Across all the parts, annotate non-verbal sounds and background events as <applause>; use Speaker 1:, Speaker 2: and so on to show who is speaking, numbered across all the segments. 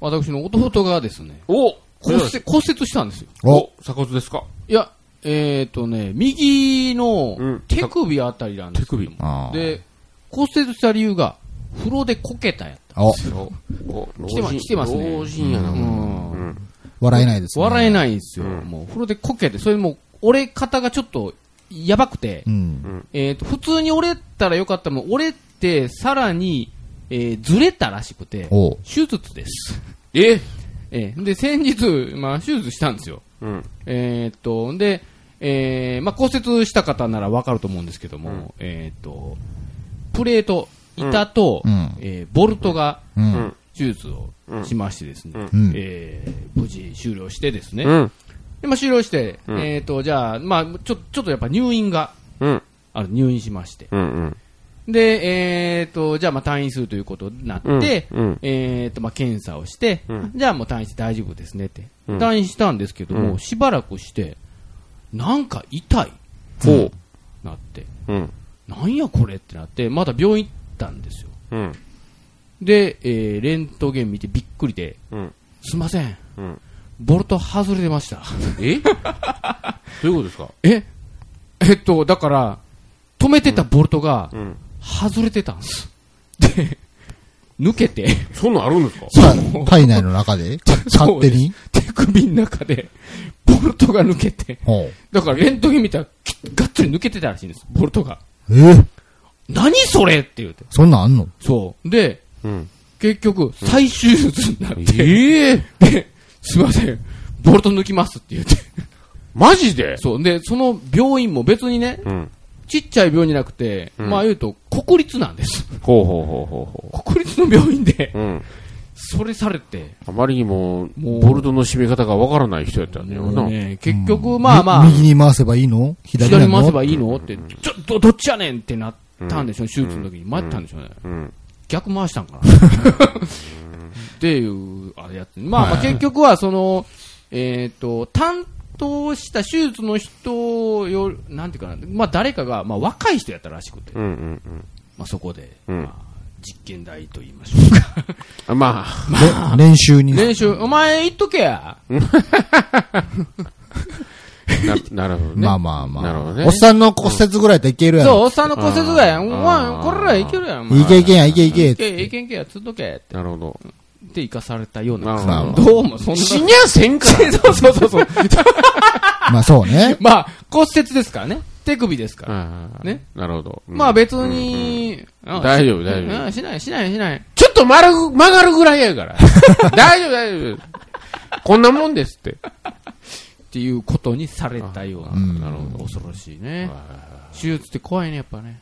Speaker 1: 私の弟がですね、
Speaker 2: お
Speaker 1: 骨折骨折したんですよ。
Speaker 2: お鎖骨ですか
Speaker 1: いや、えっ、とね、右
Speaker 2: う
Speaker 1: の
Speaker 2: ん
Speaker 1: 手首あたりなんですけども
Speaker 2: 手
Speaker 3: あー
Speaker 1: で、骨折した理由が、風呂でこけたやった。
Speaker 3: お、
Speaker 2: おお
Speaker 1: 来てま
Speaker 2: 老人
Speaker 1: 来てますね
Speaker 2: 老人やな、
Speaker 1: う。
Speaker 2: うんん
Speaker 3: 笑えないですね。
Speaker 1: 笑え
Speaker 3: い。
Speaker 1: ないんですよ。もう風呂でこけて、それもう、折れ方がちょっと、やばくて、
Speaker 3: うん。
Speaker 1: えっ、と、普通に折れたらよかったの折れて、さらに、えーずれたらしくて、
Speaker 3: おう
Speaker 1: 手術です。
Speaker 2: え
Speaker 1: えーで、先日、まあ、手術したんですよ。
Speaker 2: うん。
Speaker 1: えーっと、で、えーまあ、骨折した方ならわかると思うんですけども、えーっと、プレート、板と、
Speaker 3: うん
Speaker 1: えーボルトが
Speaker 3: うん。
Speaker 1: 手術をしましてですね、
Speaker 3: うん
Speaker 1: えー無事終了してですね、
Speaker 2: うん。
Speaker 1: でまあ、終了して、
Speaker 2: うん
Speaker 1: えーっと、じゃあ、まあ、ちょちょっとやっぱ入院が、
Speaker 2: うん。
Speaker 1: あの入院しまして、
Speaker 2: うん。
Speaker 1: で、えーっと、じゃあ、まあ、退院するということになって、
Speaker 2: うんうん
Speaker 1: えーっと、まあ、検査をして、
Speaker 2: うん
Speaker 1: じゃあもう退院して大丈夫ですねって。
Speaker 2: うん
Speaker 1: 退院したんですけども、
Speaker 2: うん
Speaker 1: しばらくして、なんか痛い
Speaker 2: ほ
Speaker 1: なって、
Speaker 2: う。うん。
Speaker 1: なんやこれってなって、まだ病院行ったんですよ。
Speaker 2: うん。
Speaker 1: で、えーレントゲン見てびっくりで、
Speaker 2: うん。
Speaker 1: すいません、
Speaker 2: うん。
Speaker 1: ボルト外れてました。
Speaker 2: えどういうことですか
Speaker 1: <laughs> ええっと、だから、止めてたボルトが
Speaker 2: うん。
Speaker 1: 外れてたんです。で、抜けて、
Speaker 2: そんなんあるんですか
Speaker 1: そう
Speaker 3: 体内の中で勝手に
Speaker 1: 手首の中で、 <laughs> ボルトが抜けて、
Speaker 3: ほう。
Speaker 1: だからレントゲン見たら、きがっつり抜けてたらしいんです、ボルトが。
Speaker 3: えー
Speaker 1: 何それって言うて。
Speaker 3: そんなんあんの
Speaker 1: そう。で、
Speaker 2: うん。
Speaker 1: 結局、再手術になって、
Speaker 2: ええ
Speaker 1: ですいません、ボルト抜きますって言って。
Speaker 2: マジで
Speaker 1: そう。で、その病院も別にね、
Speaker 2: うん。
Speaker 1: ちっちゃい病院じゃなくて、
Speaker 2: うん
Speaker 1: まあ言うと、国立なんです。
Speaker 2: ほうほうほうほうほ
Speaker 1: 国立の病院で、
Speaker 2: う。うん。
Speaker 1: それされて、
Speaker 2: あまりにも、
Speaker 1: もう
Speaker 2: ボルトの締め方がわからない人やったんだよ
Speaker 1: も
Speaker 2: な
Speaker 1: う。ね、結局、まあまあ、
Speaker 3: み右に回せばいいの左な
Speaker 1: 左
Speaker 3: の
Speaker 1: に回せばいいのって、ちょっとどっちやねんってなったんでしょう、手術の時に。迷ったんでしょうね。
Speaker 2: うん。
Speaker 1: 逆回したんかなっていう、あれやって、まあ、まあ結局はその、えっ、と、担当した手術の人より、なんていうかな、まあ、誰かが、まあ、若い人やったらしくて、
Speaker 2: うんうんうん
Speaker 1: まあ、そこで、
Speaker 2: うん
Speaker 1: まあ、実験台と言いましょうか。
Speaker 2: あ。まあ、
Speaker 3: れ練習に。
Speaker 1: 練習、お前、言っとけや。
Speaker 2: ななるほどね。
Speaker 3: まあまあまあ。
Speaker 2: なるほどね
Speaker 3: おっさんの骨折ぐらいでいけるや
Speaker 1: そう、
Speaker 3: ろ。
Speaker 1: おっさんの骨折がやん。お前、これらいけるやん。お前
Speaker 3: いけいけんや、いけいけ
Speaker 1: い。け、いけんけや、つっとけ。
Speaker 2: なるほど。
Speaker 1: って生かされたような。
Speaker 2: なるほ
Speaker 1: どうも、そんな。
Speaker 2: 死にゃせんか
Speaker 1: そうそうそうそう。
Speaker 3: まあそうね。
Speaker 1: まあ、骨折ですからね。手首ですから。
Speaker 2: ら。
Speaker 1: ね。
Speaker 2: なるほど。うん
Speaker 1: まあ別に、あ
Speaker 2: 大丈夫
Speaker 1: し
Speaker 2: 大丈夫
Speaker 1: うんしない、しない、しない。
Speaker 2: ちょっと丸ぐ曲がるぐらいやから。大丈夫、大丈夫。こんなもんですって。
Speaker 1: っていうことにされたよう
Speaker 3: う
Speaker 1: な。
Speaker 3: ん
Speaker 2: なるほど。
Speaker 1: 恐ろしいね。手術って怖いね、やっぱね。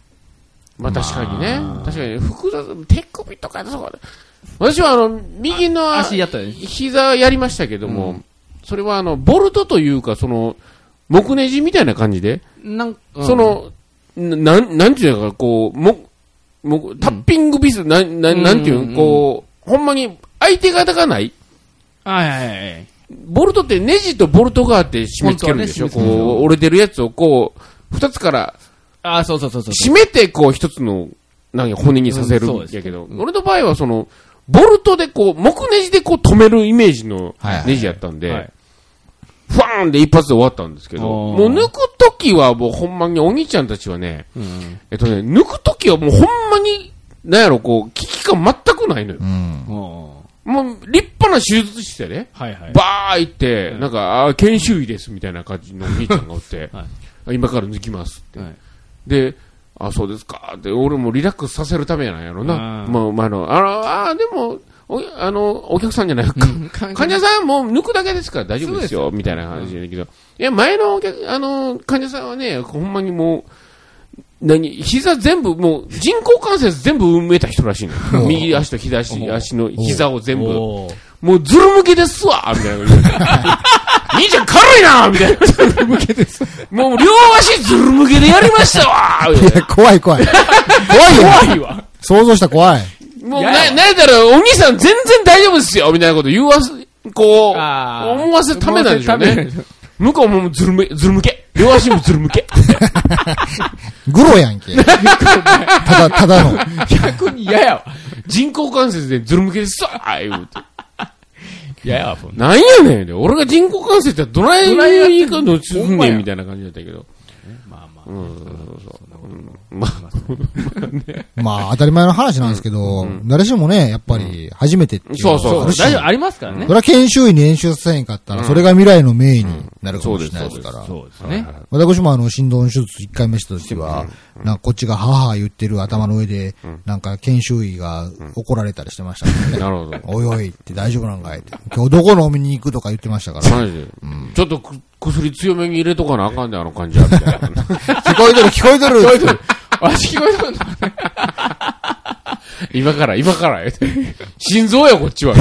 Speaker 2: まあ確かにね。確かに、複雑、手首とか、そこ私はあの、右の
Speaker 1: 足やったで
Speaker 2: 膝やりましたけども、それはあの、ボルトというか、その、木ネジみたいな感じで、
Speaker 1: なんうん
Speaker 2: その、ななん、なんていうのか、こう、も、も、タッピングビス、なん、なん、なんていう
Speaker 1: うんうんう
Speaker 2: の、
Speaker 1: ん
Speaker 2: こう、ほんまに、相手方がない
Speaker 1: はいはいはい。
Speaker 2: ボルトってネジとボルトがあって締め付けるんでしょ、
Speaker 1: 本当はね締め付けるんですよ
Speaker 2: こう、折れてるやつをこう、二つから
Speaker 1: ああ、そうそうそうそう。
Speaker 2: 締めてこう一つの、なんや、骨にさせる
Speaker 1: うんそうんです
Speaker 2: やけど、俺の場合はその、ボルトでこう、木ネジでこう止めるイメージの
Speaker 3: はいはい
Speaker 2: ネジやったん
Speaker 1: は
Speaker 2: で
Speaker 1: い、
Speaker 2: ファーンで一発で終わったんですけど、
Speaker 1: お
Speaker 2: も
Speaker 1: ー
Speaker 2: う抜くときはもうほんまにお兄ちゃんたちはね、
Speaker 1: うん。
Speaker 2: えっとね、抜くときはもうほんまに、なんやろ、こう、危機感全くないのよ
Speaker 3: う。ん。
Speaker 1: お
Speaker 2: もう、立派な手術してね、
Speaker 1: ーはいはい。
Speaker 2: バー行って、なんか、あー研修医ですみたいな感じのお兄ちゃんがおって、
Speaker 1: <laughs> は
Speaker 2: 今から抜きますって。
Speaker 1: はい
Speaker 2: で、あ、そうですか。で、俺もリラックスさせるためやなんやろな。
Speaker 1: あー
Speaker 2: まあ、まあ、あの、あのあー、でも、お、あの、お客さんじゃないか。<laughs>
Speaker 1: 患
Speaker 2: 患者さんもう抜くだけですから大丈夫ですよ、みたいな話だけど。いや、前のお客、あの、患者さんはね、ほんまにもう、何膝全部、もう人工関節全部埋めた人らしいのよ。
Speaker 1: <laughs>
Speaker 3: お
Speaker 2: 右足と左足の膝を全部。
Speaker 1: おー
Speaker 2: もうズル向けですわみたいな感じで。兄ちゃん軽いなみたいな。ズル向けです。もう両足ズル向けでやりましたわみたい
Speaker 3: いや、怖い怖い。怖いよ。
Speaker 1: 怖いわ。
Speaker 3: 想像したら怖い。
Speaker 2: なもう
Speaker 1: や
Speaker 2: な、
Speaker 1: や
Speaker 2: なんやったら、お兄さん全然大丈夫ですよみたいなこと言わす、こう、
Speaker 1: あー
Speaker 2: 思わせるためなんでしょう
Speaker 1: 思わせる
Speaker 2: ね <laughs>
Speaker 1: ため。
Speaker 2: 向こうもズル向け、ズル向け。両足もズル向け。
Speaker 3: グロやんけ。ただ、ただの。
Speaker 1: <laughs> 逆に嫌やわ。
Speaker 2: 人工関節でズル向けですわ言うて。
Speaker 4: いやや、そんな。
Speaker 2: なんやねんで、俺が人工関節ってどない
Speaker 1: どないやってんの
Speaker 2: にかのつん
Speaker 1: ほんま
Speaker 2: ね
Speaker 1: や
Speaker 2: んみたいな感じだったけど。
Speaker 4: まあまあ。
Speaker 2: う、
Speaker 4: うん
Speaker 2: そうそう
Speaker 4: そんなことも
Speaker 2: まあ
Speaker 4: ありますね
Speaker 3: まあ、当たり前の話なんですけど、誰しもね、やっぱり、初めてっていうの
Speaker 2: そうそう
Speaker 3: はあ
Speaker 1: 大
Speaker 3: るし
Speaker 1: 丈夫、ありますからね
Speaker 3: そ。れは研修医に演習させへんかったら、それが未来の名医になるかもしれないですから。
Speaker 4: そうですね。
Speaker 1: ね。
Speaker 3: 私もあの、心臓の手術1回目した時は、なんかこっちが母言ってる頭の上で、なんか研修医が怒られたりしてましたからね。
Speaker 2: なるほど。
Speaker 3: <laughs> おいおいって大丈夫なんかいって。今日どこ飲みに行くとか言ってましたから。
Speaker 2: マジで。ちょっとく薬強めに入れとかなあかんで、あの感じはみたいな。 <laughs> <laughs> 聞こえてる、聞こえてる。聞こえてる。
Speaker 1: あ、聞こえたんだ。
Speaker 2: <laughs> 今から、今から。言うて心臓や、こっちは。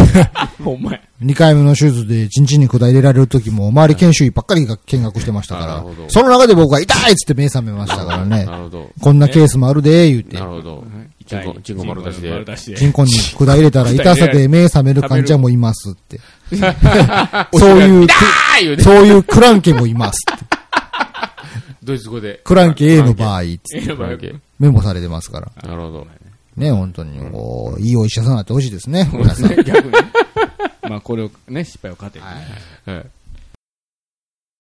Speaker 1: ほんまや。
Speaker 3: 2回目の手術でチンチンに管入れられる時も、周り研修医ばっかりが見学してました
Speaker 2: なる
Speaker 3: か
Speaker 2: ほど
Speaker 3: ら、その中で僕は痛いっつって目覚めましたからね。
Speaker 2: なるほど。
Speaker 3: こんなケースもあるで、言うて
Speaker 2: な。るほど。チ
Speaker 4: 痛
Speaker 2: ンコ、
Speaker 4: い
Speaker 2: チンコ丸出し
Speaker 4: チンコ丸
Speaker 2: で。
Speaker 4: 出し
Speaker 3: チンコに管
Speaker 2: <laughs>
Speaker 3: 入れたら痛さで目覚める患者もいますって。そういう、
Speaker 2: ああ言うね。
Speaker 3: そういうクランケもいますって。
Speaker 2: ドイツ語で。
Speaker 3: クランケ A の場合、つって
Speaker 2: クランケ。
Speaker 3: メモされてますから。
Speaker 2: なるほど。
Speaker 3: ね、本当に、こう、いい
Speaker 4: <laughs>
Speaker 3: お医者さんになってほしいですね。皆さん。
Speaker 1: 逆に。まあ、これをね、失敗を糧にね。
Speaker 2: はい